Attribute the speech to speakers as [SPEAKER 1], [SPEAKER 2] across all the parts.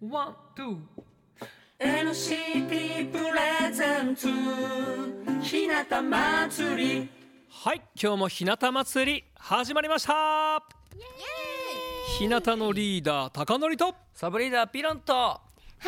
[SPEAKER 1] ワン、ツー。
[SPEAKER 2] NCT プレゼンツ日向祭り
[SPEAKER 1] はい、今日も日向祭り始まりました。日向のリーダー高典と
[SPEAKER 3] サブリーダーピロンと
[SPEAKER 4] は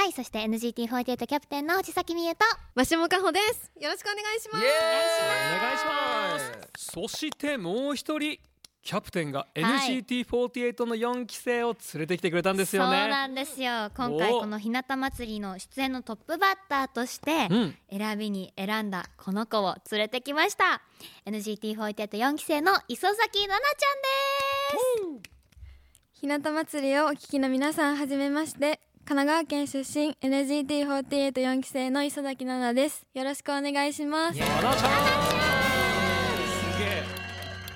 [SPEAKER 4] い、そして NGT48 キャプテンの藤崎美優と
[SPEAKER 5] マシモカホです。よろしくお願いします。
[SPEAKER 3] お
[SPEAKER 1] お願いします。そしてもう一人キャプテンが
[SPEAKER 4] はい
[SPEAKER 1] NCT48 の4期生を連れてきてくれたんですよ
[SPEAKER 4] そう
[SPEAKER 1] ね。
[SPEAKER 4] なんですよ今回
[SPEAKER 1] お
[SPEAKER 4] この日向祭りの出演のトップバッターとして
[SPEAKER 1] うん、
[SPEAKER 4] 選びに選んだこの子を連れてきました NGT48 期生の磯崎奈々ちゃんで
[SPEAKER 5] 日向祭りをお聞きの皆さん、はじめまして。神奈川県出身 NGT48 四期生の磯崎奈々です。よろしくお願いします。
[SPEAKER 1] ななちゃん。すげえ。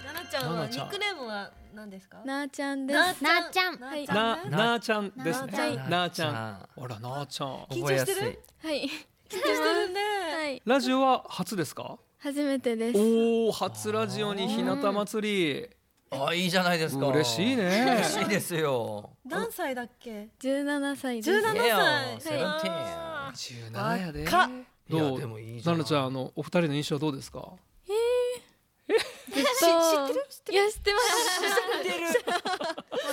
[SPEAKER 6] ななちゃんはニックネームは何ですか？
[SPEAKER 5] なあちゃんです。
[SPEAKER 4] すなあちゃん
[SPEAKER 6] なあ
[SPEAKER 5] はい
[SPEAKER 6] ちゃん。
[SPEAKER 1] ななあちゃんです
[SPEAKER 6] なあ
[SPEAKER 1] ね
[SPEAKER 6] ち。ゃ
[SPEAKER 1] なあちゃん。
[SPEAKER 3] な
[SPEAKER 1] あらなあちゃん。
[SPEAKER 6] 緊張してる
[SPEAKER 3] 覚えやすい
[SPEAKER 5] はい。
[SPEAKER 6] 緊張してるね。
[SPEAKER 5] はい。
[SPEAKER 1] ラジオは初ですか？
[SPEAKER 5] 初めてです。
[SPEAKER 1] おお、初ラジオに日向祭り。
[SPEAKER 3] あいいじゃないですか
[SPEAKER 1] 嬉しいね
[SPEAKER 3] 嬉しいですよ
[SPEAKER 6] 何歳だっけ？
[SPEAKER 5] 十七歳です。
[SPEAKER 6] 十七
[SPEAKER 3] いや
[SPEAKER 6] 歳。
[SPEAKER 3] セブンティーン
[SPEAKER 6] あ
[SPEAKER 1] 十七やで。
[SPEAKER 6] か
[SPEAKER 3] いや
[SPEAKER 1] どう？
[SPEAKER 3] でもいいじゃ
[SPEAKER 1] なんなちゃんあのお二人の印象どうですか？
[SPEAKER 5] ずっと知ってる知ってる。いや知って ます。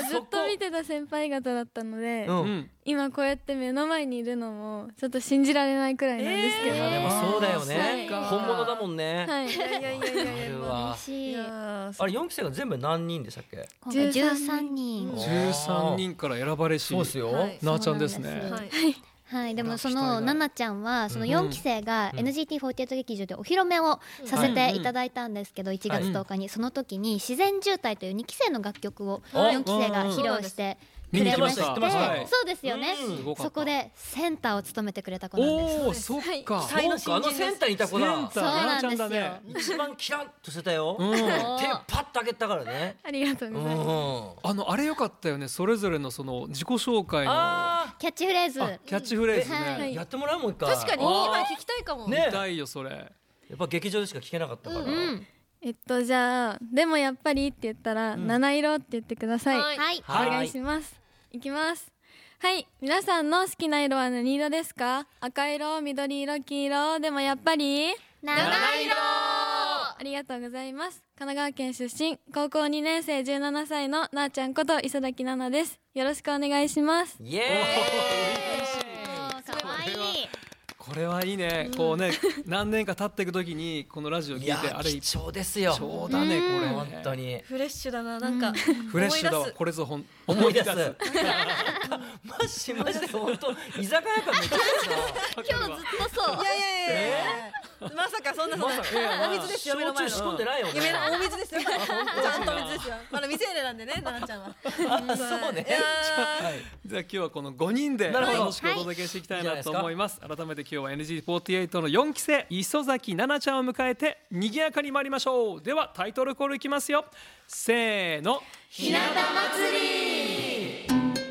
[SPEAKER 5] もうずっと見てた先輩方だったので、
[SPEAKER 3] うん、
[SPEAKER 1] うん。
[SPEAKER 5] 今こうやって目の前にいるのもちょっと信じられないくらいなんですけど。
[SPEAKER 3] いやでもそうだよね
[SPEAKER 5] はい
[SPEAKER 3] 本物だもんね、
[SPEAKER 5] はい。
[SPEAKER 6] ーいやいやいやいやい
[SPEAKER 3] あ
[SPEAKER 6] や
[SPEAKER 3] る
[SPEAKER 6] まあ。
[SPEAKER 3] わ
[SPEAKER 4] す嬉しい
[SPEAKER 3] あれ四期生が全部何人でしたっけ
[SPEAKER 4] 今回
[SPEAKER 5] 13
[SPEAKER 4] 13人
[SPEAKER 6] うん
[SPEAKER 1] 十三人から選ばれし。
[SPEAKER 3] そうですよ、
[SPEAKER 6] はい
[SPEAKER 1] なあちゃんです
[SPEAKER 4] そう
[SPEAKER 1] ね
[SPEAKER 4] な。ん
[SPEAKER 6] はい。
[SPEAKER 4] はい、でもそ
[SPEAKER 1] 期待
[SPEAKER 4] の
[SPEAKER 1] だ
[SPEAKER 4] 奈々ちゃんはその
[SPEAKER 3] うん
[SPEAKER 4] 4期生が
[SPEAKER 3] うん
[SPEAKER 4] NGT48 劇場でお披露目をさせていただいたんですけど1
[SPEAKER 3] はい
[SPEAKER 4] 月10日にその時に「自然渋滞」という2期生の楽曲を
[SPEAKER 3] はい
[SPEAKER 4] 4期生が披露して
[SPEAKER 1] 見
[SPEAKER 4] く
[SPEAKER 1] に
[SPEAKER 4] れ
[SPEAKER 1] 来
[SPEAKER 4] ま
[SPEAKER 1] ま
[SPEAKER 4] し
[SPEAKER 1] してた。知ってました。
[SPEAKER 4] そうですよね
[SPEAKER 3] うんす
[SPEAKER 1] ごかった
[SPEAKER 4] そこでセンターを務めてくれた子なんです
[SPEAKER 1] おお、そっか。
[SPEAKER 6] はい
[SPEAKER 3] そうかあのセンターにいた子
[SPEAKER 1] セン
[SPEAKER 3] だ
[SPEAKER 1] ターなあちゃんだ
[SPEAKER 4] そう
[SPEAKER 1] ね
[SPEAKER 4] なん。
[SPEAKER 3] 一番キラッとしてたよ、
[SPEAKER 1] うん。
[SPEAKER 3] 手パッと開けたからね
[SPEAKER 5] ありがとう
[SPEAKER 3] う
[SPEAKER 5] ございます。
[SPEAKER 3] ん
[SPEAKER 1] あのあれ良かったよね。それぞれのその自己紹介のあ
[SPEAKER 3] あ
[SPEAKER 4] キャッチフレーズ
[SPEAKER 1] キャッチフレーズ
[SPEAKER 3] ー
[SPEAKER 1] ね。
[SPEAKER 3] やってもらうもう一回
[SPEAKER 6] 確かに
[SPEAKER 1] あー
[SPEAKER 6] 今聞きたいかも。
[SPEAKER 3] ね
[SPEAKER 1] 見たいよそれ。
[SPEAKER 3] やっぱ劇場でしか聞けなかったから、
[SPEAKER 4] うん
[SPEAKER 5] えっとじゃあでもやっぱりって言ったら、
[SPEAKER 3] ん
[SPEAKER 5] 七色って言ってください。
[SPEAKER 6] はい
[SPEAKER 4] はい
[SPEAKER 3] はい
[SPEAKER 5] お願いします。いきます。はい皆さんの好きな色は何色ですか？赤色、緑色、黄色でもやっぱり。
[SPEAKER 4] 七色
[SPEAKER 5] ありがとうございます。神奈川県出身、高校2年生17歳のなあちゃんこと磯崎奈々です。よろしくお願いします。
[SPEAKER 3] イエ
[SPEAKER 4] かわいい
[SPEAKER 1] これはいいね。こうね、何年か経っていくときにこのラジオ
[SPEAKER 3] ー
[SPEAKER 1] 聞
[SPEAKER 3] イ
[SPEAKER 1] い
[SPEAKER 3] い
[SPEAKER 1] て
[SPEAKER 3] や
[SPEAKER 1] あれ
[SPEAKER 3] ー貴重ですよ
[SPEAKER 1] 貴重だねこれ
[SPEAKER 3] 本
[SPEAKER 1] ね。
[SPEAKER 3] 当に
[SPEAKER 6] フレッシュだななんか。
[SPEAKER 1] フレッシュだ
[SPEAKER 6] 思い
[SPEAKER 1] わ
[SPEAKER 6] 出す
[SPEAKER 1] これぞほん
[SPEAKER 3] 思
[SPEAKER 1] 思
[SPEAKER 3] い
[SPEAKER 1] い
[SPEAKER 3] 出
[SPEAKER 1] 出
[SPEAKER 3] す
[SPEAKER 1] す
[SPEAKER 3] マジマジで本当居酒屋感めっちゃ
[SPEAKER 4] 今日ずっとそう
[SPEAKER 6] いやいやいやいや。まさかそんなそんな。お水ですよ目の前の。
[SPEAKER 3] 仕込んでないよね
[SPEAKER 6] 夢のお水ですよ。ちゃんとお水ですよ。まだ未成年なんでね、ななちゃんは。
[SPEAKER 3] あそうね
[SPEAKER 6] いやー
[SPEAKER 3] はい
[SPEAKER 1] じゃあ今日はこの5人で
[SPEAKER 3] なるほど
[SPEAKER 1] 楽しくお届けしていきたいなと思います、改めて今日は NG48 の4期生磯崎奈々ちゃんを迎えて賑やかに参りましょうではタイトルコールいきますよせーの
[SPEAKER 4] 日向祭り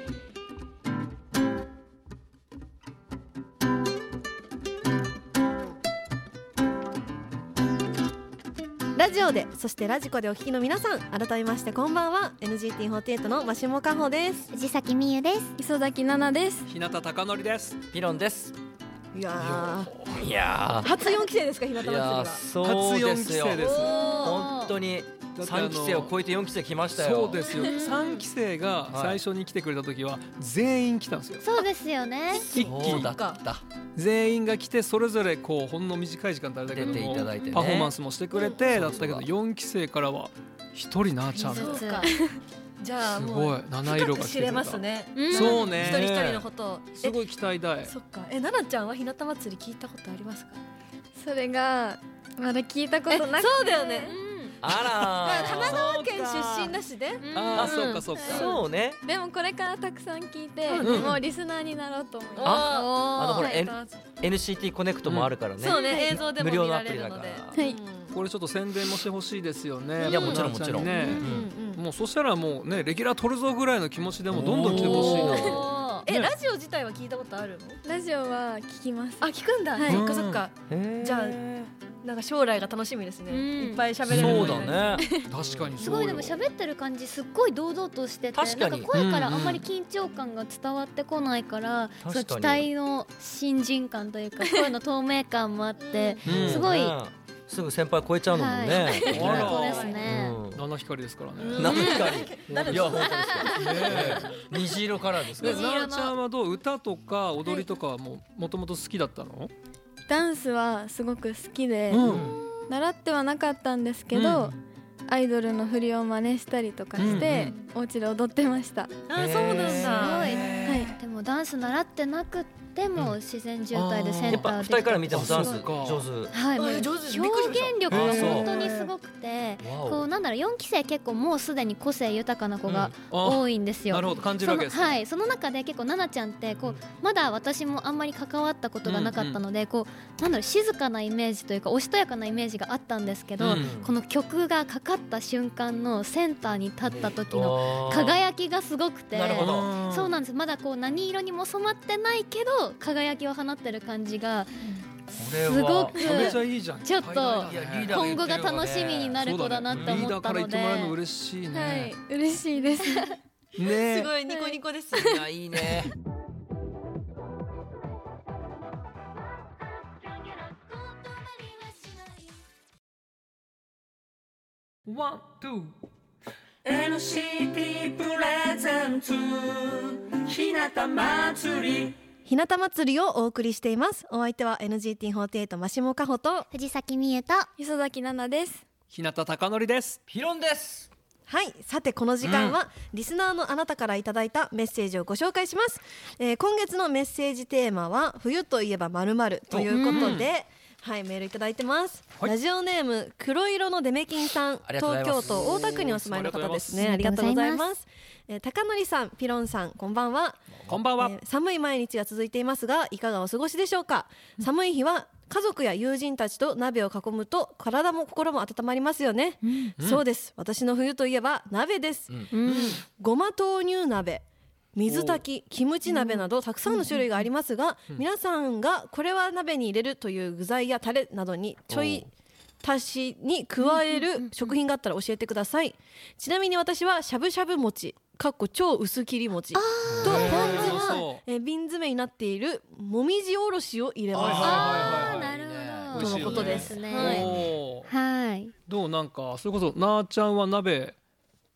[SPEAKER 7] ラジオでそしてラジコでお聞きの皆さん改めましてこんばんは NGT48 のマシモカホです
[SPEAKER 4] 藤崎美優です
[SPEAKER 5] 磯崎奈々です。
[SPEAKER 1] 日向貴則です
[SPEAKER 3] ピロンです
[SPEAKER 7] いや
[SPEAKER 3] いや
[SPEAKER 7] ー初四期生ですか日向祭りは
[SPEAKER 3] そうですよ
[SPEAKER 1] 初四期生ですね
[SPEAKER 3] 本当に
[SPEAKER 1] だってあの
[SPEAKER 3] 三期生を超えて四期生来ましたよ
[SPEAKER 1] そうですよ3期生 が最初に来てくれた時は全員来たんですよ
[SPEAKER 4] そうですよね
[SPEAKER 1] 一気
[SPEAKER 3] そう
[SPEAKER 1] に
[SPEAKER 3] だった
[SPEAKER 1] 全員が来てそれぞれこうほんの短い時間であれだけども
[SPEAKER 3] 出ていただいてね
[SPEAKER 1] パフォーマンスもしてくれて、
[SPEAKER 3] うん
[SPEAKER 1] だったけど
[SPEAKER 3] そうそう
[SPEAKER 1] 4期生からは一人なあちゃん
[SPEAKER 6] そ
[SPEAKER 1] が
[SPEAKER 6] う
[SPEAKER 4] う
[SPEAKER 6] か
[SPEAKER 4] か。
[SPEAKER 6] じゃあ
[SPEAKER 1] す
[SPEAKER 6] も
[SPEAKER 1] ごいう七色
[SPEAKER 6] 深く
[SPEAKER 1] が来て
[SPEAKER 6] 知
[SPEAKER 1] くれ
[SPEAKER 6] れ
[SPEAKER 1] た
[SPEAKER 6] ますね。
[SPEAKER 4] うん
[SPEAKER 1] そうね
[SPEAKER 6] 一人一人のことを。
[SPEAKER 1] すごい期待大
[SPEAKER 6] そっか。え、ななちゃんは日向祭り聞いたことありますか？
[SPEAKER 5] それがまだ聞いたことなくて。
[SPEAKER 6] そうだよね。
[SPEAKER 3] あら
[SPEAKER 6] 神奈川県出身だしね。
[SPEAKER 1] ああそうかそうか
[SPEAKER 3] そうね
[SPEAKER 5] でもこれからたくさん聞いて、
[SPEAKER 1] うん
[SPEAKER 5] もうリスナーになろうと思いま
[SPEAKER 3] ああのほら
[SPEAKER 5] はい
[SPEAKER 3] N- NCT コネクトもあるからね
[SPEAKER 6] そうね、映像でも
[SPEAKER 3] 無
[SPEAKER 6] 見
[SPEAKER 3] 料の
[SPEAKER 6] ら
[SPEAKER 3] アプ
[SPEAKER 6] れ
[SPEAKER 3] リだ
[SPEAKER 6] る
[SPEAKER 3] か
[SPEAKER 6] の
[SPEAKER 3] ら
[SPEAKER 6] で。
[SPEAKER 5] す。はい。
[SPEAKER 1] これちょっと宣伝もしてほしいですよね
[SPEAKER 3] いやもちろん
[SPEAKER 1] なあゃに
[SPEAKER 3] も
[SPEAKER 1] ね
[SPEAKER 3] ち
[SPEAKER 1] もうそしたらもうねレギュラー取るぞぐらいの気持ちでもどんどん来てほしいな
[SPEAKER 6] え、
[SPEAKER 1] ね
[SPEAKER 6] ラジオ自体回は聞いたことあるの
[SPEAKER 5] ラジオは聞きます
[SPEAKER 6] あ聞くんだ、
[SPEAKER 5] はい
[SPEAKER 6] そっかそっか
[SPEAKER 3] へー
[SPEAKER 6] じゃなんか将来が楽しみですね、
[SPEAKER 4] うん
[SPEAKER 6] いっぱい喋れる
[SPEAKER 3] そ
[SPEAKER 6] よ
[SPEAKER 3] う
[SPEAKER 6] になり
[SPEAKER 3] だね。
[SPEAKER 1] 確かに
[SPEAKER 4] すごいでも
[SPEAKER 1] べ
[SPEAKER 4] 喋ってる感じすっごい堂々としてて
[SPEAKER 3] 確
[SPEAKER 4] な
[SPEAKER 3] か
[SPEAKER 4] ん
[SPEAKER 3] に
[SPEAKER 4] か声からあんまり緊張感が伝わってこないから、
[SPEAKER 3] うん
[SPEAKER 4] その
[SPEAKER 3] 確か
[SPEAKER 4] 期待
[SPEAKER 3] に
[SPEAKER 4] の新人感という か声の透明感もあって
[SPEAKER 3] うん
[SPEAKER 4] すごい。
[SPEAKER 3] ねすぐ先輩超えちゃうのもんね。
[SPEAKER 1] いあら
[SPEAKER 4] そうですね、
[SPEAKER 1] 七光ですからね、
[SPEAKER 6] うん
[SPEAKER 1] ね
[SPEAKER 3] 何光。いや本当で
[SPEAKER 1] え
[SPEAKER 3] すよ。虹色からですね
[SPEAKER 1] で。なあちゃんはどう歌とか踊りとかはもうもともと好きだったの、
[SPEAKER 5] ダンスはすごく好きで、
[SPEAKER 1] うん
[SPEAKER 5] 習ってはなかったんですけど、アイドルの振りを真似したりとかして、お家で踊ってました、
[SPEAKER 6] あそうなんだ、
[SPEAKER 3] へー
[SPEAKER 4] すごい
[SPEAKER 5] はい
[SPEAKER 4] でもダンス習ってなくても自然渋滞でセンターで
[SPEAKER 3] やっぱ二人から見てもダンス
[SPEAKER 1] あそうか
[SPEAKER 3] 上手。
[SPEAKER 4] はい、もう
[SPEAKER 6] あ
[SPEAKER 4] 表
[SPEAKER 6] 上手
[SPEAKER 4] 現
[SPEAKER 6] ですびっくりしました
[SPEAKER 4] 力が
[SPEAKER 3] あそう
[SPEAKER 4] 本当にすごくて
[SPEAKER 3] わ
[SPEAKER 4] こう
[SPEAKER 3] お。
[SPEAKER 4] なんだろう4期生結構もうすでに個性豊かな子が
[SPEAKER 1] あ
[SPEAKER 4] 多いんですよ。
[SPEAKER 1] なるほど感じる
[SPEAKER 4] そ
[SPEAKER 1] わけ
[SPEAKER 4] の
[SPEAKER 1] ですね
[SPEAKER 4] はい、その中で結構奈々ちゃんってこうまだ私もあんまり関わったことがなかったので、こうなんだろう静かなイメージというかおしとやかなイメージがあったんですけど、
[SPEAKER 1] うん
[SPEAKER 4] この曲がかかった瞬間のセンターに立った時の
[SPEAKER 3] の
[SPEAKER 4] 輝きがすごくて
[SPEAKER 3] なるほど
[SPEAKER 4] そうなんですまだこう何色にも染まってないけど輝きを放ってる感じが
[SPEAKER 3] れ
[SPEAKER 4] す
[SPEAKER 3] は
[SPEAKER 4] ごく
[SPEAKER 1] めちゃめちゃいいじゃん
[SPEAKER 4] ちょっと
[SPEAKER 1] いっぱい
[SPEAKER 3] い
[SPEAKER 1] だ
[SPEAKER 3] や
[SPEAKER 1] ね
[SPEAKER 3] リーダー
[SPEAKER 4] 今後が楽しみになる子だなって思った
[SPEAKER 1] そうだねリーダーから言っ
[SPEAKER 4] ので
[SPEAKER 1] てもらえるの嬉しいね、
[SPEAKER 5] はい嬉しいです
[SPEAKER 6] す
[SPEAKER 1] ね
[SPEAKER 6] ごいニコニコ です
[SPEAKER 3] いやいいね。
[SPEAKER 1] ワン、ツー
[SPEAKER 2] NCT プレゼンツ日向祭り
[SPEAKER 7] 日向祭りをお送りしていますお相手は NGT48 マシモカホとは
[SPEAKER 4] 藤崎美優と
[SPEAKER 5] 磯崎奈々です
[SPEAKER 1] 日向貴則です
[SPEAKER 3] ヒロンです。
[SPEAKER 7] いさてこの時間は、リスナーのあなたからいただいたメッセージをご紹介します、えー今月のメッセージテーマは冬といえばまるまるということで、はいメールいただいてます、
[SPEAKER 1] はい
[SPEAKER 7] ラジオネーム黒色のデメキンさん
[SPEAKER 3] ありがとうござ
[SPEAKER 7] 東
[SPEAKER 3] いま
[SPEAKER 7] 京
[SPEAKER 3] す
[SPEAKER 7] 都大田区にお住まいの方ですね
[SPEAKER 4] おー
[SPEAKER 7] ありがとうござい
[SPEAKER 4] ありがとうござい
[SPEAKER 7] ま
[SPEAKER 4] ます
[SPEAKER 7] えー高則さんピロンさんこんばんは
[SPEAKER 1] こんばんは、
[SPEAKER 7] えー寒い毎日が続いていますがいかがお過ごしでしょうか寒い日は家族や友人たちと鍋を囲むと体も心も温まりますよね、そうです私の冬といえば鍋です、ごま豆乳鍋水炊きキムチ鍋などたくさんの種類がありますが、皆さんがこれは鍋に入れるという具材やタレなどにちょい足しに加える食品があったら教えてくださいちなみに私はしゃぶしゃぶ餅かっこ超薄切り餅とポン酢
[SPEAKER 1] そう
[SPEAKER 7] は
[SPEAKER 1] そ
[SPEAKER 7] えー瓶詰めになっているもみじおろしを入れます、
[SPEAKER 4] あー
[SPEAKER 1] は
[SPEAKER 4] ない
[SPEAKER 1] はいはいはい
[SPEAKER 4] る
[SPEAKER 1] いいね美味しいよね
[SPEAKER 4] ほど
[SPEAKER 7] とのことです
[SPEAKER 4] ね
[SPEAKER 7] はい
[SPEAKER 1] おー
[SPEAKER 4] はい
[SPEAKER 1] どうなんかそれこそなあちゃんは鍋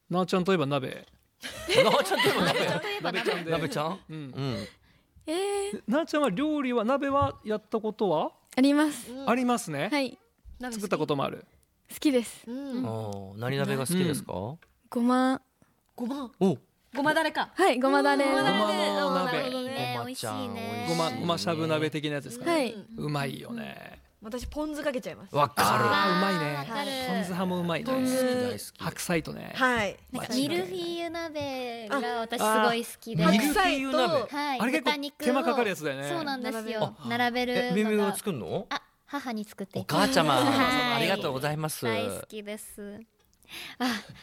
[SPEAKER 1] なあちゃんといえば鍋
[SPEAKER 3] なあちゃんでも鍋。
[SPEAKER 1] 鍋ちゃんで
[SPEAKER 3] 鍋ちゃん。
[SPEAKER 1] うん
[SPEAKER 3] うん。
[SPEAKER 5] えー、
[SPEAKER 1] なあちゃんは料理は鍋はやったことは、
[SPEAKER 5] あります
[SPEAKER 1] ありますね、
[SPEAKER 5] はい
[SPEAKER 6] 鍋
[SPEAKER 1] 作ったこともある
[SPEAKER 5] 好きです
[SPEAKER 6] うん
[SPEAKER 3] お何鍋が好きですか。お。
[SPEAKER 5] ごま
[SPEAKER 6] ごま
[SPEAKER 3] ご
[SPEAKER 6] ごまだれか
[SPEAKER 5] はいごまだれ
[SPEAKER 1] ごまの
[SPEAKER 6] なるほ
[SPEAKER 1] 鍋
[SPEAKER 6] どね
[SPEAKER 4] ね美
[SPEAKER 3] ま
[SPEAKER 4] 味し
[SPEAKER 3] ちゃん
[SPEAKER 4] いね
[SPEAKER 1] ごまごましゃぶ鍋。的なやつですか、
[SPEAKER 5] はいう
[SPEAKER 1] うまいよね
[SPEAKER 6] 私ポン酢かけちゃいます
[SPEAKER 3] わか
[SPEAKER 1] あーうまい
[SPEAKER 4] わ
[SPEAKER 1] ね
[SPEAKER 4] かる
[SPEAKER 1] ポン酢派もうまい
[SPEAKER 3] る。大好き
[SPEAKER 1] ね
[SPEAKER 3] 大好き。
[SPEAKER 1] 白菜とね、
[SPEAKER 7] はい
[SPEAKER 4] なんかミルフィーユ鍋が私すごい好きで
[SPEAKER 3] ミルフ
[SPEAKER 7] 白
[SPEAKER 3] ィー
[SPEAKER 7] 菜
[SPEAKER 3] ユ
[SPEAKER 7] と
[SPEAKER 3] 鍋。
[SPEAKER 4] はい、
[SPEAKER 1] あれ結構
[SPEAKER 4] 豚肉を
[SPEAKER 1] 手間かかるやつだよね
[SPEAKER 4] そうなんですよ並べ
[SPEAKER 3] え、
[SPEAKER 4] る
[SPEAKER 3] ミミ
[SPEAKER 4] の
[SPEAKER 3] が
[SPEAKER 4] が
[SPEAKER 3] 作るの？
[SPEAKER 4] あ母に作って
[SPEAKER 3] お
[SPEAKER 4] いただ
[SPEAKER 3] 母
[SPEAKER 4] い
[SPEAKER 3] ちゃま、
[SPEAKER 4] はい
[SPEAKER 3] ありがとうございます。
[SPEAKER 4] 大好きです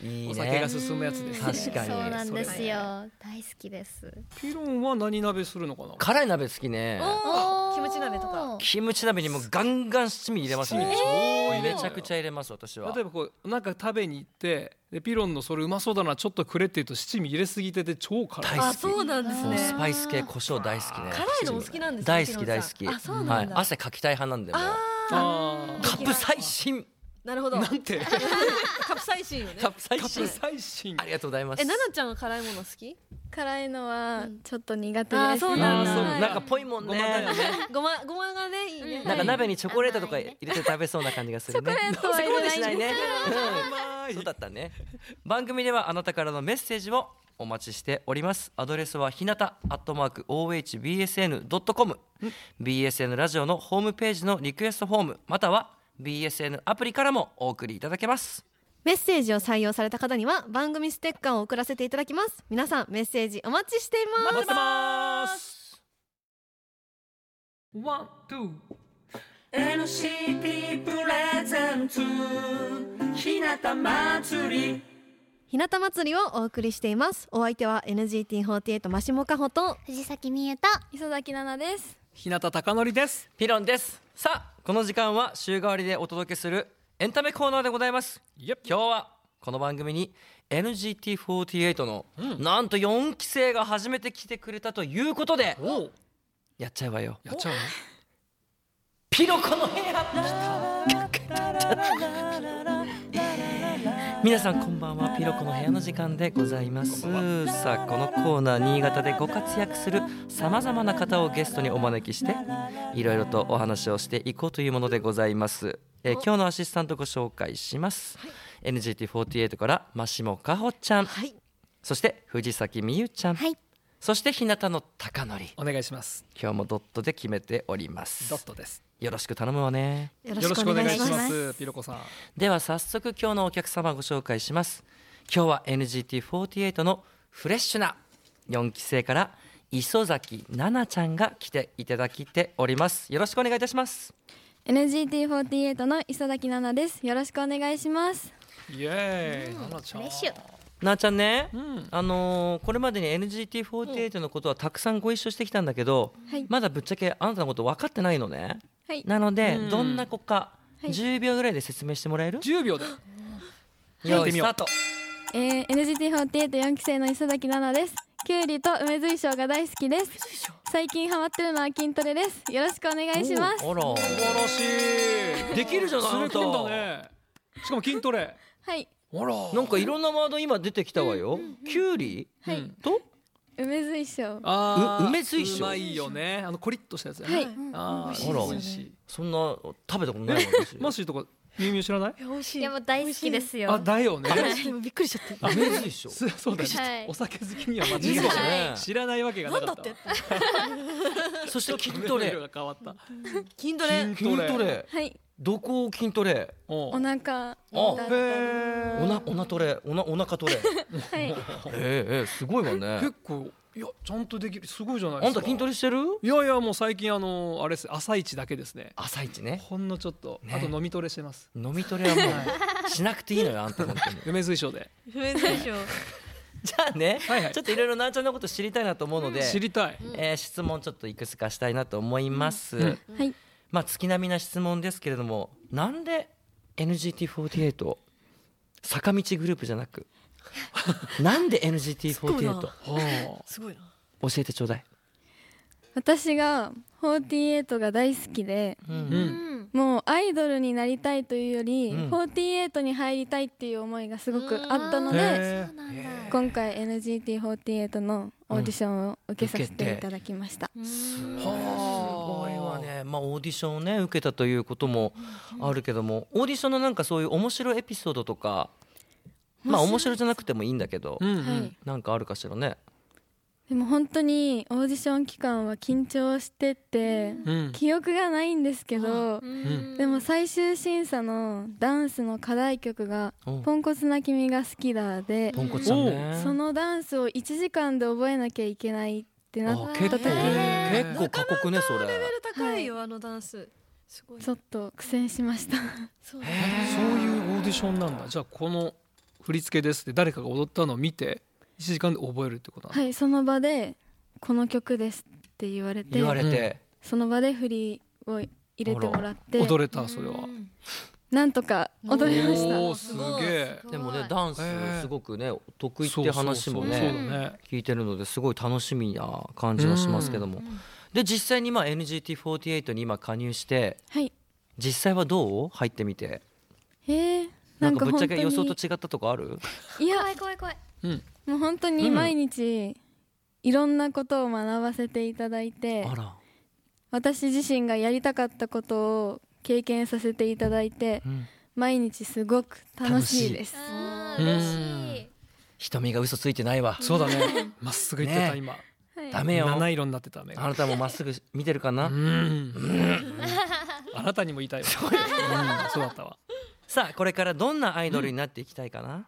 [SPEAKER 3] いいね。
[SPEAKER 1] お酒が進むやつです、ね、
[SPEAKER 3] 確かに
[SPEAKER 4] そうなんです
[SPEAKER 1] それ
[SPEAKER 4] よ大好きです
[SPEAKER 1] ピロンは何鍋するのかな
[SPEAKER 3] 辛い鍋好きね。
[SPEAKER 4] おー
[SPEAKER 6] キムチ鍋とか
[SPEAKER 3] キムチ鍋にもガンガン七味入れますね。
[SPEAKER 1] えー
[SPEAKER 3] めちゃくちゃ入れます私は。
[SPEAKER 1] 例えばこうなんか食べに行ってでピロンのそれうまそうだなちょっとくれって言うと七味入れすぎてて超辛い
[SPEAKER 3] 大好き。
[SPEAKER 7] そうなんです
[SPEAKER 3] もう
[SPEAKER 7] ね
[SPEAKER 3] スパイス系胡椒大好きね。
[SPEAKER 6] 辛いのも好きなんですか
[SPEAKER 3] 大好き大好き。
[SPEAKER 6] あそうなんだ
[SPEAKER 3] はい、汗かきたい派なんでもう。
[SPEAKER 1] あ
[SPEAKER 3] カプサイシン。
[SPEAKER 6] なるほど
[SPEAKER 1] ーなんて
[SPEAKER 6] カプサイシンよね
[SPEAKER 3] カプサイ
[SPEAKER 1] カ
[SPEAKER 3] シン
[SPEAKER 1] プ。サイシン
[SPEAKER 3] ありがとうございます。
[SPEAKER 6] え、ななちゃんは辛いもの好き
[SPEAKER 5] 辛いのはちょっと苦手です、
[SPEAKER 6] あーそうなんだ
[SPEAKER 1] あーそうなんだ
[SPEAKER 3] なんかぽいもんね。
[SPEAKER 6] ごま、ごまがね、いいね
[SPEAKER 3] なんか鍋にチョコレートとか
[SPEAKER 4] 甘い
[SPEAKER 3] 入
[SPEAKER 4] ね
[SPEAKER 3] れて食べそうな感じがするね。
[SPEAKER 5] チョコレートは入れない
[SPEAKER 3] そこまでしないね。うんそうだったね。番組ではあなたからのメッセージをお待ちしております。アドレスはひなたアットマーク ohbsn ドットコム。BSN ラジオのホームページのリクエストフォームまたは BSN アプリからもお送りいただけます。
[SPEAKER 7] メッセージを採用された方には番組ステッカーを送らせていただきます皆さんメッセージお待ちしています
[SPEAKER 1] 待ってますワン、ツー
[SPEAKER 2] NCT プレゼンツ日向祭り
[SPEAKER 7] 日向祭りをお送りしていますお相手は NGT48 マシモカホと
[SPEAKER 4] 藤崎美優と
[SPEAKER 5] 磯崎奈々です
[SPEAKER 1] 日向貴則です
[SPEAKER 3] ピロンですさあこの時間は週替わりでお届けするエンタメコーナーでございます
[SPEAKER 1] いや
[SPEAKER 3] 今日はこの番組に NGT48 の
[SPEAKER 1] うん
[SPEAKER 3] なんと4期生が初めて来てくれたということで
[SPEAKER 1] おう
[SPEAKER 3] やっちゃえばよ
[SPEAKER 1] やっちゃうの
[SPEAKER 3] ピロコの部屋皆さんこんばんはピロコの部屋の時間でございますさあこのコーナー新潟でご活躍するさまざまな方をゲストにお招きしていろいろとお話をしていこうというものでございます、えー今日のアシスタントご紹介します、NGT48 からマシモカホちゃん、
[SPEAKER 7] はい
[SPEAKER 3] そして藤崎美優ちゃん、
[SPEAKER 4] はい
[SPEAKER 3] そして日向の高則
[SPEAKER 1] お願いします
[SPEAKER 3] 今日もドットで決めております
[SPEAKER 1] ドットです
[SPEAKER 3] よろしく頼むわね
[SPEAKER 7] よ
[SPEAKER 1] よろしくお願いし
[SPEAKER 4] よろしく
[SPEAKER 1] ま
[SPEAKER 4] お願いし
[SPEAKER 1] すピロコさん
[SPEAKER 3] では早速今日のお客様ご紹介します今日は NGT48 のフレッシュな4期生から磯崎奈々ちゃんが来ていただきておりますよろしくお願いいたします
[SPEAKER 5] NGT48 の磯崎奈々ですよろしくお願いします
[SPEAKER 1] イエーイ、ナナちゃ
[SPEAKER 4] フ
[SPEAKER 1] ん
[SPEAKER 4] レッシュ
[SPEAKER 3] 奈々ちゃんね、
[SPEAKER 1] うん
[SPEAKER 3] あのーこれまでに NGT48 のことはたくさんご一緒してきたんだけど、
[SPEAKER 5] はい
[SPEAKER 3] まだぶっちゃけあなたのこと分かってないのね
[SPEAKER 5] はい
[SPEAKER 3] なので、
[SPEAKER 1] うん
[SPEAKER 3] どんな子か
[SPEAKER 5] い
[SPEAKER 3] 10秒ぐらいで説明してもらえる、
[SPEAKER 1] 10秒で
[SPEAKER 3] よいスタート
[SPEAKER 5] えー、NGT48 四期生の磯崎奈々ですきゅうりと梅水晶が大好きです最近ハマってるのは筋トレですよろしくお願いします
[SPEAKER 3] おあら
[SPEAKER 1] 素晴らしい
[SPEAKER 3] できるじゃない
[SPEAKER 1] 滑り込んだ
[SPEAKER 3] あ
[SPEAKER 1] ねしかも筋トレ
[SPEAKER 5] はい
[SPEAKER 1] あら
[SPEAKER 3] なんかいろんなワード今出てきたわよ。キュウリ
[SPEAKER 5] はい、
[SPEAKER 1] うん
[SPEAKER 3] と
[SPEAKER 5] 梅水晶
[SPEAKER 1] あー
[SPEAKER 3] う梅水晶
[SPEAKER 1] うまいよねあのコリッとしたやつ
[SPEAKER 5] はい
[SPEAKER 1] あ
[SPEAKER 3] あら
[SPEAKER 1] ー美味しい
[SPEAKER 3] そんな食べたことないわ 私。
[SPEAKER 1] マッシーとかミュウミュウ知らない
[SPEAKER 6] いや美味しい
[SPEAKER 4] いやもう大好きですすよ
[SPEAKER 1] あだよね
[SPEAKER 6] びっくりしちゃって
[SPEAKER 3] あ梅水晶。
[SPEAKER 1] す そうだ
[SPEAKER 4] はい
[SPEAKER 1] ねお酒好きには間違い
[SPEAKER 3] そう
[SPEAKER 1] ない
[SPEAKER 3] だね
[SPEAKER 1] 知らないわけがな
[SPEAKER 6] なん
[SPEAKER 1] か
[SPEAKER 6] だっ
[SPEAKER 1] っ
[SPEAKER 6] て
[SPEAKER 1] た
[SPEAKER 3] そし
[SPEAKER 1] ち
[SPEAKER 3] て
[SPEAKER 1] ょっ
[SPEAKER 3] 筋
[SPEAKER 1] と
[SPEAKER 3] ト
[SPEAKER 1] レベル
[SPEAKER 3] レ。
[SPEAKER 1] が変わった
[SPEAKER 6] 筋ト レ
[SPEAKER 1] 筋トレ
[SPEAKER 5] はい
[SPEAKER 3] どこを筋トレ？
[SPEAKER 1] お
[SPEAKER 5] お
[SPEAKER 1] う
[SPEAKER 5] 腹だっ
[SPEAKER 3] あ
[SPEAKER 1] へ
[SPEAKER 5] た
[SPEAKER 3] お
[SPEAKER 1] ー
[SPEAKER 3] なおなトレ。おなお腹トレ。
[SPEAKER 5] はい
[SPEAKER 3] ええええすごいわね
[SPEAKER 1] 結。構いやちゃんとできるすごいじゃないで
[SPEAKER 3] あ
[SPEAKER 1] す
[SPEAKER 3] ん
[SPEAKER 1] か
[SPEAKER 3] た筋トレしてる？
[SPEAKER 1] いやいやもう最近あのあれです朝一だけですね
[SPEAKER 3] 朝一ね。
[SPEAKER 1] ほんのちょっと
[SPEAKER 3] ね
[SPEAKER 1] あと飲みトレしてます
[SPEAKER 3] 飲みトレはもうしなくていいのよあんた 本当に。
[SPEAKER 1] 梅水晶で
[SPEAKER 6] 不明でしょ
[SPEAKER 3] じゃあね
[SPEAKER 1] はいはい
[SPEAKER 3] ちょっといろいろなあちゃんのこと知りたいなと思うので。
[SPEAKER 1] 知りたい
[SPEAKER 3] えー質問ちょっといくつかしたいなと思います。
[SPEAKER 1] うんうん
[SPEAKER 5] はい
[SPEAKER 3] まあ月並みな質問ですけれども、なんで NGT48 を坂道グループじゃな く、なんで
[SPEAKER 6] 突っ込
[SPEAKER 3] NGT48
[SPEAKER 6] む
[SPEAKER 3] 教
[SPEAKER 6] な
[SPEAKER 1] は
[SPEAKER 6] すごいな
[SPEAKER 3] えてちょうだい。
[SPEAKER 5] 私が48が大好きで
[SPEAKER 3] う
[SPEAKER 1] あうんん
[SPEAKER 4] ん
[SPEAKER 5] もうアイドルになりたいというより、
[SPEAKER 3] うん
[SPEAKER 5] 48に入りたいっていう思いがすごくあったの
[SPEAKER 1] うんへ
[SPEAKER 5] で
[SPEAKER 1] ー
[SPEAKER 4] そうなんだ
[SPEAKER 5] 今回 NGT48 のオーディションを受けさせていただきました、
[SPEAKER 4] うん
[SPEAKER 1] は
[SPEAKER 3] すご
[SPEAKER 1] あ
[SPEAKER 3] いわね、まあ、オーディションをね受けたということもあるけどもオーディションのなんかそういう面白いエピソードとかまあ面白いじゃなくてもいいんだけど、
[SPEAKER 1] うんうん
[SPEAKER 5] はい
[SPEAKER 3] なんかあるかしらね
[SPEAKER 5] でも本当にオーディション期間は緊張してて、
[SPEAKER 1] うん
[SPEAKER 5] 記憶がないんですけど、
[SPEAKER 1] ん
[SPEAKER 5] でも最終審査のダンスの課題曲が
[SPEAKER 3] う
[SPEAKER 5] 「
[SPEAKER 3] ん
[SPEAKER 5] ポンコツな君が好きだ」で
[SPEAKER 3] ポンコツさんね
[SPEAKER 5] そのダンスを1時間で覚えなきゃいけないってな
[SPEAKER 3] あ
[SPEAKER 5] った
[SPEAKER 3] 結構
[SPEAKER 5] 時に
[SPEAKER 1] へー
[SPEAKER 3] 結構過酷ねそれ。
[SPEAKER 6] レベル高いよあのダンスすごい
[SPEAKER 5] ちょっと苦戦しました
[SPEAKER 6] そう
[SPEAKER 1] そういうオーディションなんだじゃあこの振り付けですって誰かが踊ったのを見て1時間で覚えるってことなの
[SPEAKER 5] はいその場で「この曲です」って言われて
[SPEAKER 3] 言われて、
[SPEAKER 5] その場で振りを入れてもらって
[SPEAKER 1] 踊れたそれは
[SPEAKER 5] なんとか踊れまし
[SPEAKER 1] お
[SPEAKER 5] た
[SPEAKER 1] おすげえ
[SPEAKER 3] でもねダンスすごくね得意って話も
[SPEAKER 1] そうそうそ
[SPEAKER 3] ね
[SPEAKER 1] うだね
[SPEAKER 3] 聞いてるのですごい楽しみな感じはしますけどもで実際にまあ NGT48 に今加入して
[SPEAKER 5] はい
[SPEAKER 3] 実際はどう入ってみて
[SPEAKER 5] えー、
[SPEAKER 3] な
[SPEAKER 5] なんん
[SPEAKER 3] か
[SPEAKER 5] か
[SPEAKER 3] ぶっちゃ
[SPEAKER 5] 本当
[SPEAKER 3] け予想と
[SPEAKER 5] に
[SPEAKER 3] 違ったとこある
[SPEAKER 5] いや
[SPEAKER 4] 怖い怖い怖い
[SPEAKER 1] うん
[SPEAKER 5] もう本当に毎日いろんなことを学ばせていただいて
[SPEAKER 3] あら、
[SPEAKER 5] 私自身がやりたかったことを経験させていただいて
[SPEAKER 3] うん
[SPEAKER 5] 毎日すごく楽しいです
[SPEAKER 4] あ
[SPEAKER 1] う
[SPEAKER 4] ー
[SPEAKER 1] ん
[SPEAKER 4] 嬉しい
[SPEAKER 3] 瞳が嘘ついてないわ
[SPEAKER 1] そうだねまっすぐ行ってた
[SPEAKER 3] ね
[SPEAKER 1] 今
[SPEAKER 5] はい
[SPEAKER 3] ダメよ
[SPEAKER 1] 七色になってた目
[SPEAKER 3] あ
[SPEAKER 1] が
[SPEAKER 3] なたもまっすぐ見てるかな、
[SPEAKER 1] うんあなたにも言いたいわうんそうだったわ
[SPEAKER 3] さあこれからどんなアイドルになっていきたいかな、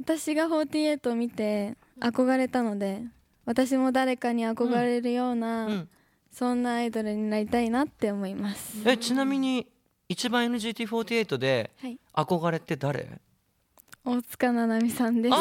[SPEAKER 5] 私が48を見て憧れたので私も誰かに憧れるような、
[SPEAKER 3] うん
[SPEAKER 5] そんなアイドルになりたいなって思います
[SPEAKER 3] えちなみに一番 NGT48 で
[SPEAKER 5] はい
[SPEAKER 3] 憧れって誰
[SPEAKER 5] 大塚ななみさんです。
[SPEAKER 3] あ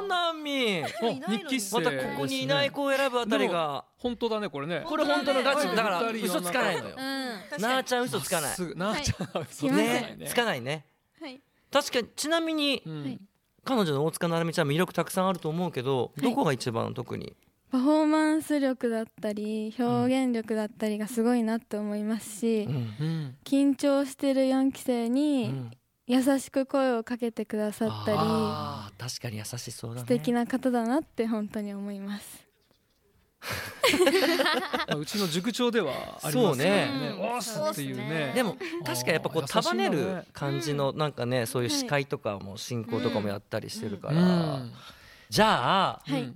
[SPEAKER 3] あななみ
[SPEAKER 1] お
[SPEAKER 6] いないのに
[SPEAKER 1] 日記っす
[SPEAKER 3] ま
[SPEAKER 1] ね
[SPEAKER 3] たここにいない子を選ぶあたりが
[SPEAKER 1] 本当だねこれね
[SPEAKER 3] これ本当のガチ
[SPEAKER 1] うん
[SPEAKER 3] だから嘘つかないのよ
[SPEAKER 4] うん
[SPEAKER 3] なあちゃん嘘つかない
[SPEAKER 1] すぐなあちゃんは嘘つかない
[SPEAKER 3] ねつかないね
[SPEAKER 5] はい。
[SPEAKER 3] 確かにちなみに
[SPEAKER 1] うん
[SPEAKER 3] 彼女の大塚ななみちゃん魅力たくさんあると思うけどどこが一番特に
[SPEAKER 5] パフォーマンス力だったり表現力だったりがすごいなと思いますし、
[SPEAKER 3] うん
[SPEAKER 1] うん
[SPEAKER 5] 緊張してる4期生
[SPEAKER 3] う
[SPEAKER 5] に
[SPEAKER 3] ん
[SPEAKER 5] 優しく声をかけてくださったり、
[SPEAKER 3] あー確かに優しそうだ
[SPEAKER 5] 素
[SPEAKER 3] ね
[SPEAKER 5] 敵な方だなって本当に思います。
[SPEAKER 1] まあうちの塾長ではありますよね。おーすっていうね。
[SPEAKER 3] でも確かやっぱ
[SPEAKER 1] あ
[SPEAKER 3] こ
[SPEAKER 1] ー
[SPEAKER 3] う
[SPEAKER 1] 優しいな
[SPEAKER 3] 束ね
[SPEAKER 1] こ
[SPEAKER 3] る
[SPEAKER 1] れ
[SPEAKER 3] 感じのなんかねそういう司会とかも進行とかもやったりしてるから、
[SPEAKER 1] うん
[SPEAKER 3] じゃあ
[SPEAKER 1] うん
[SPEAKER 5] はい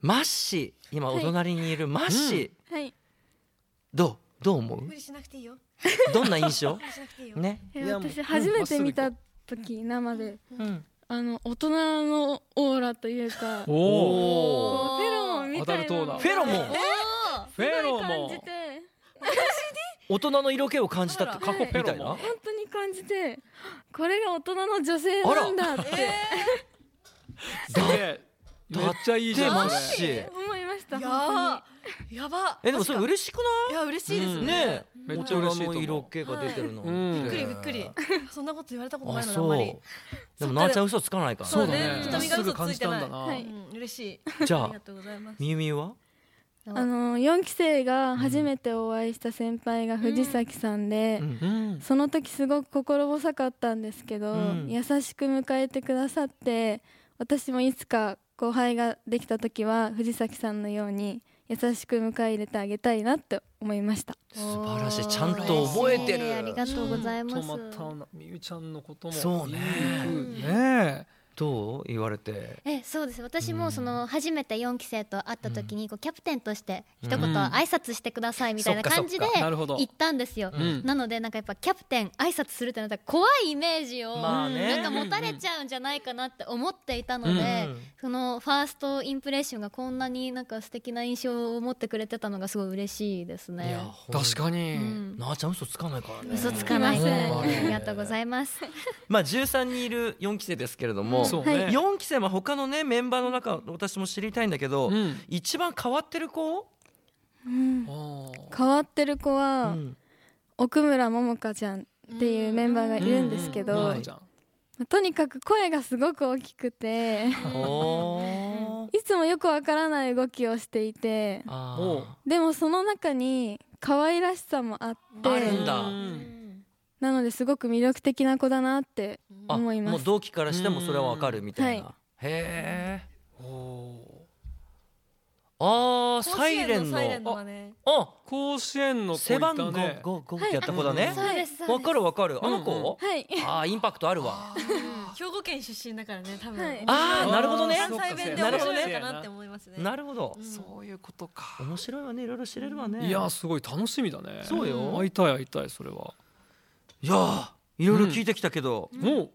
[SPEAKER 3] マッシー今お隣にいるマッシー、
[SPEAKER 5] はい。
[SPEAKER 3] どうどう思
[SPEAKER 6] 無理しなくていいよ。
[SPEAKER 3] うどんな印象
[SPEAKER 6] 無理しなくていいよ。
[SPEAKER 3] ね、
[SPEAKER 5] え
[SPEAKER 1] いやもう
[SPEAKER 5] 私初めて見た時生で
[SPEAKER 3] うん、
[SPEAKER 5] あの大人のオーラというか
[SPEAKER 1] お
[SPEAKER 5] もうフ
[SPEAKER 1] お。
[SPEAKER 5] ェロモンみたいなの
[SPEAKER 1] アダルトー
[SPEAKER 5] が
[SPEAKER 1] ナ
[SPEAKER 3] フェロモン
[SPEAKER 1] フェロ
[SPEAKER 5] 感
[SPEAKER 1] モ
[SPEAKER 5] じ
[SPEAKER 1] ン
[SPEAKER 5] て。
[SPEAKER 3] 大人の色気を感じたって過去みたい
[SPEAKER 1] フェロ
[SPEAKER 3] な
[SPEAKER 1] モン
[SPEAKER 5] 本当に感じてこれが大人の女性なんだって
[SPEAKER 1] すげえ。めっちゃいいじ
[SPEAKER 3] で
[SPEAKER 1] ゃ
[SPEAKER 3] マ
[SPEAKER 1] ん。
[SPEAKER 3] ッ
[SPEAKER 1] それ
[SPEAKER 3] シー
[SPEAKER 5] 思いました
[SPEAKER 6] いや
[SPEAKER 5] 本
[SPEAKER 6] ーやば。
[SPEAKER 3] えでもそれ嬉しく
[SPEAKER 6] いや嬉しいです
[SPEAKER 1] うん
[SPEAKER 6] ね。
[SPEAKER 3] ね
[SPEAKER 1] めっちゃ嬉しいと
[SPEAKER 3] 大人の色
[SPEAKER 1] 思
[SPEAKER 3] 気が出てるの、
[SPEAKER 1] うん
[SPEAKER 6] びっくり
[SPEAKER 3] 綺
[SPEAKER 6] びっ
[SPEAKER 3] 麗
[SPEAKER 6] くり。そんなこと言われたことな
[SPEAKER 3] あ
[SPEAKER 6] いのであんまり
[SPEAKER 3] そ。うでもなあちゃん嘘つかないから
[SPEAKER 1] う。そうだ
[SPEAKER 6] そうだね
[SPEAKER 1] ね。まっすぐ感じたんだな。
[SPEAKER 5] は
[SPEAKER 6] う
[SPEAKER 5] い
[SPEAKER 6] ん嬉しい。
[SPEAKER 3] じゃ
[SPEAKER 6] あ
[SPEAKER 3] あ
[SPEAKER 6] りがとうございます。
[SPEAKER 3] みゆみゆは
[SPEAKER 5] 当にあの4期生が初めてお会いした先輩が藤崎さんで、
[SPEAKER 3] うん
[SPEAKER 1] うん。
[SPEAKER 5] その時すごく心細かったんですけど、
[SPEAKER 3] うん
[SPEAKER 5] 優しく迎えてくださって私もいつか後輩ができた時は藤崎さんのように優しく迎え入れてあげたいなって思いました
[SPEAKER 3] 素晴らしいちゃんと覚えてる
[SPEAKER 4] 嬉しいありがとうございます
[SPEAKER 1] ちょっとまたなみゆちゃんのことも。
[SPEAKER 3] そうね
[SPEAKER 1] いい風ね。
[SPEAKER 3] どう言われて
[SPEAKER 4] えそうです私もその初めて4期生と会った時にこうキャプテンとして一言
[SPEAKER 1] うん
[SPEAKER 4] 挨拶してくださいみたいな感じで
[SPEAKER 3] そ
[SPEAKER 1] そっ
[SPEAKER 3] っか
[SPEAKER 1] かなるほど
[SPEAKER 4] 行ったんですよ
[SPEAKER 1] ん
[SPEAKER 4] なのでなんかやっぱキャプテン挨拶するってなったら怖いイメージを
[SPEAKER 3] まあね
[SPEAKER 4] なんか持たれちゃうんじゃないかなって思っていたの
[SPEAKER 1] うん
[SPEAKER 4] でそのファーストインプレッションがこんなになんか素敵な印象を持ってくれてたのがすごい嬉しいです
[SPEAKER 3] い
[SPEAKER 4] ね
[SPEAKER 3] や。
[SPEAKER 1] 確かに。
[SPEAKER 4] うん
[SPEAKER 3] なあちゃん嘘つかないからね
[SPEAKER 4] 嘘つかないですね
[SPEAKER 3] うん
[SPEAKER 4] ありがとうございます。
[SPEAKER 3] まあ13人いる4期生ですけれども
[SPEAKER 1] そうね。
[SPEAKER 3] 4期生は他のねメンバーの中私も知りたいんだけど
[SPEAKER 1] うん。
[SPEAKER 3] 一番変わってる子
[SPEAKER 5] うん
[SPEAKER 1] あ
[SPEAKER 5] 変わってる子
[SPEAKER 3] う
[SPEAKER 5] は、
[SPEAKER 3] ん
[SPEAKER 5] 奥村桃香ちゃんっていうメンバーが
[SPEAKER 1] ー
[SPEAKER 5] いるんですけど、
[SPEAKER 1] う
[SPEAKER 3] うんん
[SPEAKER 1] な
[SPEAKER 3] は
[SPEAKER 1] あ
[SPEAKER 3] い
[SPEAKER 1] ちゃん
[SPEAKER 5] とにかく声がすごく大きくて
[SPEAKER 3] おー
[SPEAKER 5] いつもよくわからない動きをしていて
[SPEAKER 3] あ
[SPEAKER 1] おう
[SPEAKER 3] ー
[SPEAKER 5] でもその中に可愛らしさもあって
[SPEAKER 3] あるんだ
[SPEAKER 1] うん
[SPEAKER 5] なのですごく魅力的な子だなって
[SPEAKER 3] あ
[SPEAKER 5] 思います
[SPEAKER 3] もう同期からしてもそれはわかるみたい
[SPEAKER 5] うんは
[SPEAKER 3] なへえ
[SPEAKER 1] お
[SPEAKER 3] あー
[SPEAKER 6] 甲
[SPEAKER 3] サ
[SPEAKER 6] 子
[SPEAKER 3] イレン
[SPEAKER 6] 園のサイレン
[SPEAKER 3] の
[SPEAKER 6] のね。
[SPEAKER 3] あ
[SPEAKER 1] ー甲子園の子
[SPEAKER 3] 背
[SPEAKER 1] いた
[SPEAKER 3] 番号
[SPEAKER 1] ね。
[SPEAKER 3] 5 5ってやった子だね
[SPEAKER 4] そうです。そう
[SPEAKER 3] わ
[SPEAKER 4] です
[SPEAKER 3] かるわかるあの
[SPEAKER 1] うんうん
[SPEAKER 3] 子
[SPEAKER 5] はい
[SPEAKER 3] ああインパクトあるわ
[SPEAKER 6] 兵庫県出身だからね多分。
[SPEAKER 5] はい
[SPEAKER 3] あーなるほどね
[SPEAKER 6] 関西弁で
[SPEAKER 3] なる
[SPEAKER 6] 面
[SPEAKER 3] ほどね
[SPEAKER 6] 白いかなって思いますね。
[SPEAKER 3] なるほど
[SPEAKER 1] そういうことか。
[SPEAKER 3] 面白いわねいろいろ知れるわね
[SPEAKER 1] いやーすごい楽しみだね。
[SPEAKER 3] そうよ
[SPEAKER 1] 会いたい会いたいそれは。
[SPEAKER 3] いやーいろいろ聞いてきたけど、
[SPEAKER 1] も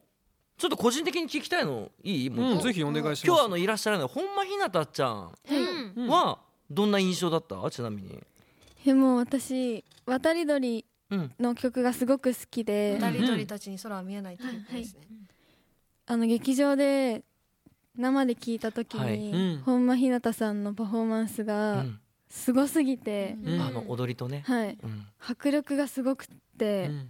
[SPEAKER 3] ちょっと個人的に聞きたいのいい、
[SPEAKER 1] う
[SPEAKER 3] も
[SPEAKER 1] うんぜひお願いします。
[SPEAKER 3] 今日あのいらっしゃらない本間ひなたちゃん
[SPEAKER 4] うん
[SPEAKER 1] うん
[SPEAKER 3] はどんな印象だったちなみに、
[SPEAKER 5] でも私渡り鳥
[SPEAKER 3] うん、
[SPEAKER 5] の曲がすごく好きで、
[SPEAKER 6] 二人鳥たちに空は見えないっていうことですね。
[SPEAKER 5] あの劇場で生で聴いた時に、
[SPEAKER 3] はい
[SPEAKER 1] うん
[SPEAKER 5] 本間ひなたさんのパフォーマンス
[SPEAKER 3] う
[SPEAKER 5] が
[SPEAKER 3] ん
[SPEAKER 5] すごすぎて、
[SPEAKER 1] うん
[SPEAKER 3] あの踊りとね、
[SPEAKER 5] はい
[SPEAKER 3] うん、
[SPEAKER 5] 迫力がすごくって、
[SPEAKER 1] うん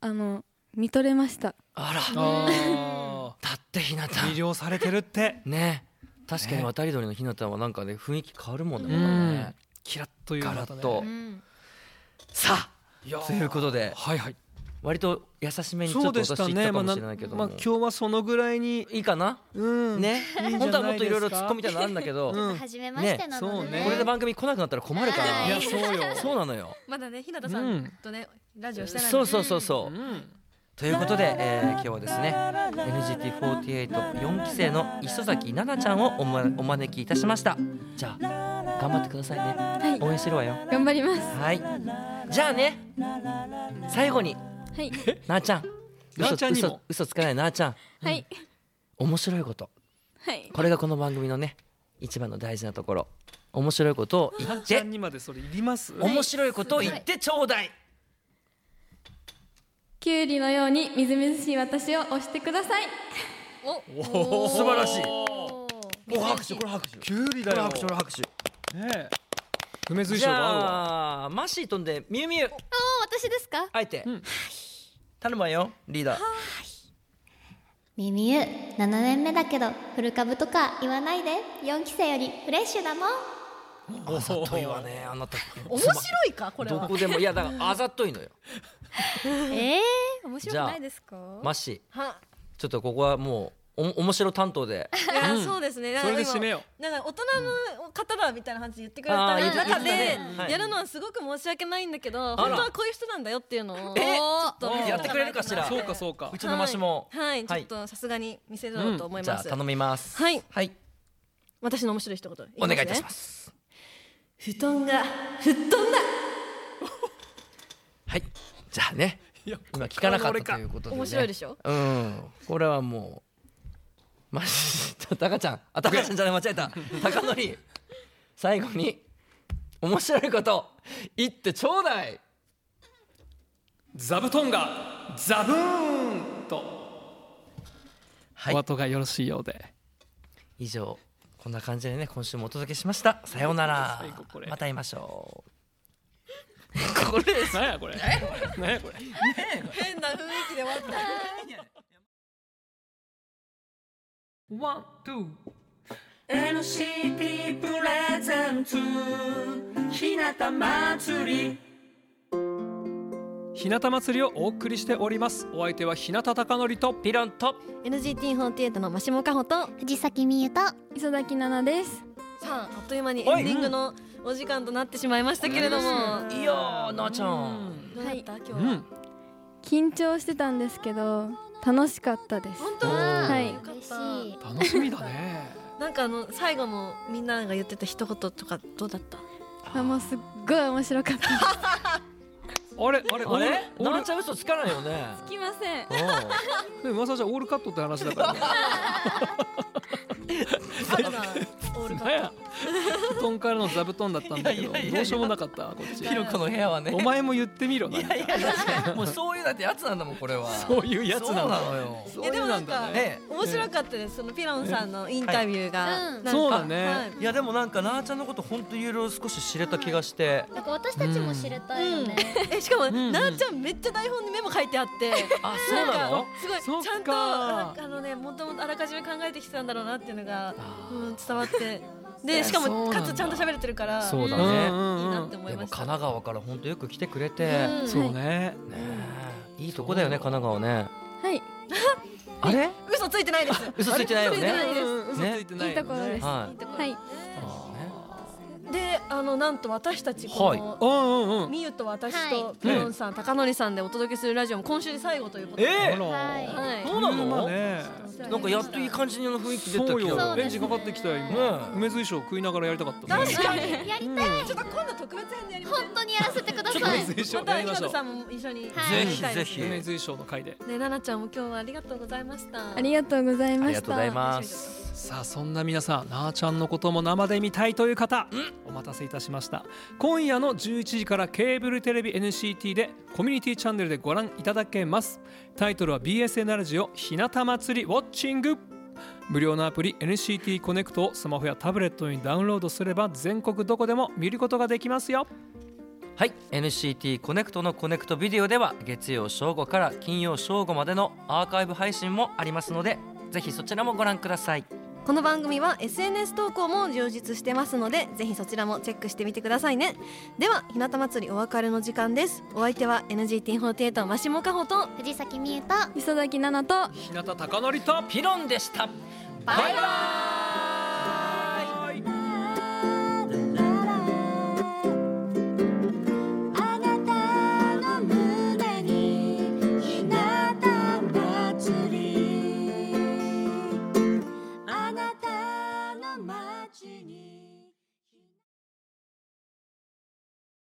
[SPEAKER 5] あの見とれました
[SPEAKER 3] あら
[SPEAKER 1] あ
[SPEAKER 3] だってひな
[SPEAKER 1] ー
[SPEAKER 3] た
[SPEAKER 1] 魅了されてるって。
[SPEAKER 3] ね確かに
[SPEAKER 1] ね
[SPEAKER 3] 渡り鳥のひなたはなんかね雰囲気変わるもんね
[SPEAKER 1] う
[SPEAKER 3] ま
[SPEAKER 1] ん
[SPEAKER 3] たね
[SPEAKER 1] キラッという
[SPEAKER 3] ガラッと
[SPEAKER 4] うん
[SPEAKER 3] さ
[SPEAKER 1] いや
[SPEAKER 3] あ
[SPEAKER 1] ー
[SPEAKER 3] ということで
[SPEAKER 1] はいはい。
[SPEAKER 3] 割と優しめにちょっ
[SPEAKER 1] そう
[SPEAKER 3] と
[SPEAKER 1] でし
[SPEAKER 3] 私言
[SPEAKER 1] た
[SPEAKER 3] った
[SPEAKER 1] ね。
[SPEAKER 3] か
[SPEAKER 1] まあ
[SPEAKER 3] も
[SPEAKER 1] な
[SPEAKER 3] しれ
[SPEAKER 1] ま
[SPEAKER 3] な
[SPEAKER 1] あ
[SPEAKER 3] いけども、
[SPEAKER 1] 今日はそのぐらいに。
[SPEAKER 3] いいかな、
[SPEAKER 1] うん。
[SPEAKER 3] ね
[SPEAKER 1] いいんじゃないですか
[SPEAKER 3] 本当はもっといろいろ突っ込みたいなのあるんだけど、
[SPEAKER 1] うん
[SPEAKER 4] 初めましてなので
[SPEAKER 1] ね
[SPEAKER 4] ね。
[SPEAKER 3] これで番組来なくなったら困るか
[SPEAKER 4] は
[SPEAKER 1] いう
[SPEAKER 3] ら
[SPEAKER 1] やそうよ。
[SPEAKER 3] そうなのよ
[SPEAKER 6] まだね日向さんとねラジオしてない
[SPEAKER 3] そうそうそうそう、
[SPEAKER 1] うん。
[SPEAKER 3] ということで、えー今日はですね NGT484 期生の磯崎奈々ちゃんをお,、ま、お招きいたしましたじゃあ頑張ってくださいね、
[SPEAKER 5] い
[SPEAKER 3] 応援してるわよ
[SPEAKER 5] 頑張ります
[SPEAKER 3] はいじゃあね最後に
[SPEAKER 5] はい
[SPEAKER 3] なあちゃん
[SPEAKER 1] なあちゃんにも
[SPEAKER 3] 嘘嘘嘘つかないなあちゃん
[SPEAKER 5] はい
[SPEAKER 3] 面白いこと
[SPEAKER 5] はい
[SPEAKER 3] これがこの番組のね一番の大事なところ面白いことを言
[SPEAKER 1] な
[SPEAKER 3] っ
[SPEAKER 1] んちゃ
[SPEAKER 3] て
[SPEAKER 1] んにまでそれいります。
[SPEAKER 3] 面白いことを言ってちょうだい
[SPEAKER 5] きゅうりのようにみずみずしい私を押してください
[SPEAKER 3] お素晴らしい
[SPEAKER 4] おー
[SPEAKER 3] お拍手これ拍手
[SPEAKER 1] きゅうり
[SPEAKER 3] こ
[SPEAKER 1] だ
[SPEAKER 3] れ
[SPEAKER 1] よ
[SPEAKER 3] 拍手これ拍手
[SPEAKER 1] ねえ不明水
[SPEAKER 3] じ
[SPEAKER 1] 晶が合うわ
[SPEAKER 3] ゃあマッシー飛んでミュウミュウ
[SPEAKER 4] 私ですか
[SPEAKER 3] あえて、
[SPEAKER 1] ん
[SPEAKER 3] 頼むわよリーダー
[SPEAKER 4] ミミユ7年目だけど古株とか言わないで4期生よりフレッシュだもん
[SPEAKER 3] あざといわねあなた
[SPEAKER 6] 面白いかこれ
[SPEAKER 3] ど
[SPEAKER 6] は
[SPEAKER 3] こでもいやだからあざといのよ
[SPEAKER 4] えー、面
[SPEAKER 3] 白くない
[SPEAKER 4] ですか
[SPEAKER 3] マッシー
[SPEAKER 7] は
[SPEAKER 3] ちょっとここはもうお面白担当で
[SPEAKER 7] いやそうですね。
[SPEAKER 1] それで締めよ
[SPEAKER 7] う。なんか大人の方だみたいな話言ってくれ
[SPEAKER 3] あ
[SPEAKER 7] た
[SPEAKER 3] ー言って
[SPEAKER 7] 中で
[SPEAKER 3] 言ってたねはい
[SPEAKER 7] やるのはすごく申し訳ないんだけど、本当はこういう人なんだよっていうのを
[SPEAKER 3] え
[SPEAKER 7] ちょっと見せ
[SPEAKER 3] やってくれるかしら
[SPEAKER 1] そうかそうか
[SPEAKER 3] うちのマシも
[SPEAKER 7] はい、
[SPEAKER 3] は
[SPEAKER 7] はいい、ちょっとさすがに見せろうと思い
[SPEAKER 3] じゃ
[SPEAKER 7] ま
[SPEAKER 3] あ
[SPEAKER 7] す。
[SPEAKER 3] 頼みます
[SPEAKER 7] はい
[SPEAKER 3] はい
[SPEAKER 7] 私の面白い一言
[SPEAKER 3] お願いいたし
[SPEAKER 7] すね。
[SPEAKER 3] ます
[SPEAKER 7] 布団が吹っ飛んだ。
[SPEAKER 3] はいじゃあね
[SPEAKER 1] いや
[SPEAKER 3] 今聞かなか
[SPEAKER 1] こ
[SPEAKER 3] った
[SPEAKER 1] れ
[SPEAKER 3] ということで、ね、
[SPEAKER 7] 面白いで しょ。
[SPEAKER 3] うんこれはもうマジでタカちゃんあタカちゃんじゃない間違えたタカノリ最後に面白いこと言ってちょうだい
[SPEAKER 1] 座布団がザブーンと
[SPEAKER 3] はい
[SPEAKER 1] お後がよろしいようで
[SPEAKER 3] 以上こんな感じでね今週もお届けしましたさようなら
[SPEAKER 1] 最後これ
[SPEAKER 3] また会いましょう これ
[SPEAKER 1] 何やこれ何やこれ
[SPEAKER 6] 変な雰囲気で終わった
[SPEAKER 1] ワン、ツー
[SPEAKER 2] NCT プレゼンツ日向祭り
[SPEAKER 1] 日向祭りをお送りしておりますお相手は日向貴則と
[SPEAKER 3] ピロンと
[SPEAKER 7] NGT48 のマシモカホと
[SPEAKER 4] 藤崎美優と
[SPEAKER 5] 磯崎奈々です
[SPEAKER 7] さああっという間にエ
[SPEAKER 3] おい
[SPEAKER 7] ンディングのお時間となってしまいましたけれども、
[SPEAKER 3] いいよなあちゃん
[SPEAKER 7] どうだった今日は、
[SPEAKER 1] うん
[SPEAKER 5] 緊張してたんですけど楽しかったです
[SPEAKER 7] 本当
[SPEAKER 5] はい
[SPEAKER 7] よかっ
[SPEAKER 4] 嬉したい
[SPEAKER 1] 楽しみだね
[SPEAKER 7] なんかあの最後のみんなが言ってた一言とかどうだった
[SPEAKER 5] あもうすっごい面白かった
[SPEAKER 1] あれあれ
[SPEAKER 3] あれ
[SPEAKER 1] オール
[SPEAKER 3] なあちゃん嘘つかないよね
[SPEAKER 5] すきません
[SPEAKER 1] でも噂じゃオールカットって話だから ね
[SPEAKER 7] あるなオール
[SPEAKER 1] 何
[SPEAKER 7] カッ
[SPEAKER 1] や布団からの座布団だったんだけ
[SPEAKER 3] いやい
[SPEAKER 1] ど
[SPEAKER 3] やいやいや
[SPEAKER 1] どうしようもなかったこっち
[SPEAKER 3] ピロコの部屋はね
[SPEAKER 1] お前も言ってみろなんか
[SPEAKER 3] いやい やもうそういうだってやつなんだもんこれは
[SPEAKER 1] そういうやつなん
[SPEAKER 3] そう
[SPEAKER 1] だ
[SPEAKER 3] なのよ
[SPEAKER 1] そ
[SPEAKER 7] ト
[SPEAKER 1] う
[SPEAKER 7] いやで
[SPEAKER 1] いう
[SPEAKER 7] も
[SPEAKER 1] な
[SPEAKER 7] なんん
[SPEAKER 1] だ
[SPEAKER 7] か
[SPEAKER 1] ね
[SPEAKER 3] え
[SPEAKER 7] 面白かったですそのピロンさんのインタビューが、
[SPEAKER 4] はい
[SPEAKER 7] なんか
[SPEAKER 1] そうだね
[SPEAKER 7] はい
[SPEAKER 3] いやでもなんかなあちゃんのこと本当いろいろ少し知れた気がして
[SPEAKER 4] なんか私たちも知れたいよね、
[SPEAKER 7] えしかも、
[SPEAKER 1] んうん
[SPEAKER 7] なあちゃんめっちゃ台本にメモ書いてあって
[SPEAKER 3] あそうなの
[SPEAKER 7] すごい
[SPEAKER 1] そっか
[SPEAKER 7] ちゃんとああのねもともとあらかじめ考えてきてたんだろうなっていうのが、うん、伝わってでしか
[SPEAKER 1] そう
[SPEAKER 7] も
[SPEAKER 1] なんだ
[SPEAKER 7] かつちゃんと喋れてるから
[SPEAKER 3] そうだ
[SPEAKER 1] うん
[SPEAKER 3] ね
[SPEAKER 1] うん
[SPEAKER 7] いいな
[SPEAKER 1] う
[SPEAKER 7] っ
[SPEAKER 1] ん
[SPEAKER 7] て思
[SPEAKER 3] で
[SPEAKER 7] い
[SPEAKER 3] も神
[SPEAKER 7] ました、
[SPEAKER 3] 奈川から本当よく来てくれて、ね
[SPEAKER 1] そうね
[SPEAKER 3] えいいとこだよね神奈川ね
[SPEAKER 5] はいいい
[SPEAKER 3] あれ
[SPEAKER 7] 嘘ついてないです
[SPEAKER 3] 嘘ついてないよね
[SPEAKER 1] うん嘘ついてないよ
[SPEAKER 5] ところですは
[SPEAKER 3] はい
[SPEAKER 7] いであのなんと私たちこの、
[SPEAKER 1] うんうんうん
[SPEAKER 7] みゆと私
[SPEAKER 4] は
[SPEAKER 7] とピロンさん、高則さんでお届けするラジオも今週で最後ということで、
[SPEAKER 3] え
[SPEAKER 1] あら
[SPEAKER 4] はい
[SPEAKER 7] はい
[SPEAKER 3] そうなの、
[SPEAKER 1] まあね
[SPEAKER 3] なんかやっといい感じの雰囲気出たけ
[SPEAKER 1] そう
[SPEAKER 3] ど
[SPEAKER 1] よ
[SPEAKER 4] ね
[SPEAKER 1] エンジンかかってきたよ今
[SPEAKER 3] ね
[SPEAKER 1] 梅水晶食いながらやりたかったね
[SPEAKER 7] 確かに
[SPEAKER 4] やりたい、
[SPEAKER 7] ちょっと今度特別編でやりましょ
[SPEAKER 4] 本当にやらせてください
[SPEAKER 1] 梅水
[SPEAKER 7] う
[SPEAKER 1] 晶
[SPEAKER 7] ま
[SPEAKER 1] や
[SPEAKER 7] た
[SPEAKER 1] りま
[SPEAKER 7] ひな
[SPEAKER 1] しょ
[SPEAKER 7] た
[SPEAKER 1] う
[SPEAKER 7] さんも一緒に
[SPEAKER 4] はい
[SPEAKER 3] ぜひぜひ
[SPEAKER 1] 梅水晶の回で
[SPEAKER 7] ね、ななちゃんも今日はありがとうございました。
[SPEAKER 5] ありがとうござい
[SPEAKER 3] あ
[SPEAKER 5] ま
[SPEAKER 3] り
[SPEAKER 5] し
[SPEAKER 3] がとう
[SPEAKER 5] た
[SPEAKER 3] ございます
[SPEAKER 1] さあそんな皆さんなあちゃんのことも生で見たいという方お待たせいたしました今夜の11時からケーブルテレビ NCT でコミュニティチャンネルでご覧いただけますタイトルは BSN ラジオひなた祭りウォッチング無料のアプリ NCT コネクトをスマホやタブレットにダウンロードすれば全国どこでも見ることができますよ
[SPEAKER 3] はい NCT コネクトのコネクトビデオでは月曜正午から金曜正午までのアーカイブ配信もありますのでぜひそちらもご覧ください
[SPEAKER 7] この番組は SNS 投稿も充実してますので、ぜひそちらもチェックしてみてくださいね。では、ひなた祭りお別れの時間です。お相手は NGT48 マシモカホと、
[SPEAKER 4] 藤崎美優と
[SPEAKER 5] 磯崎奈々と
[SPEAKER 1] 日向貴教と
[SPEAKER 3] ピロンでした
[SPEAKER 4] バイバイ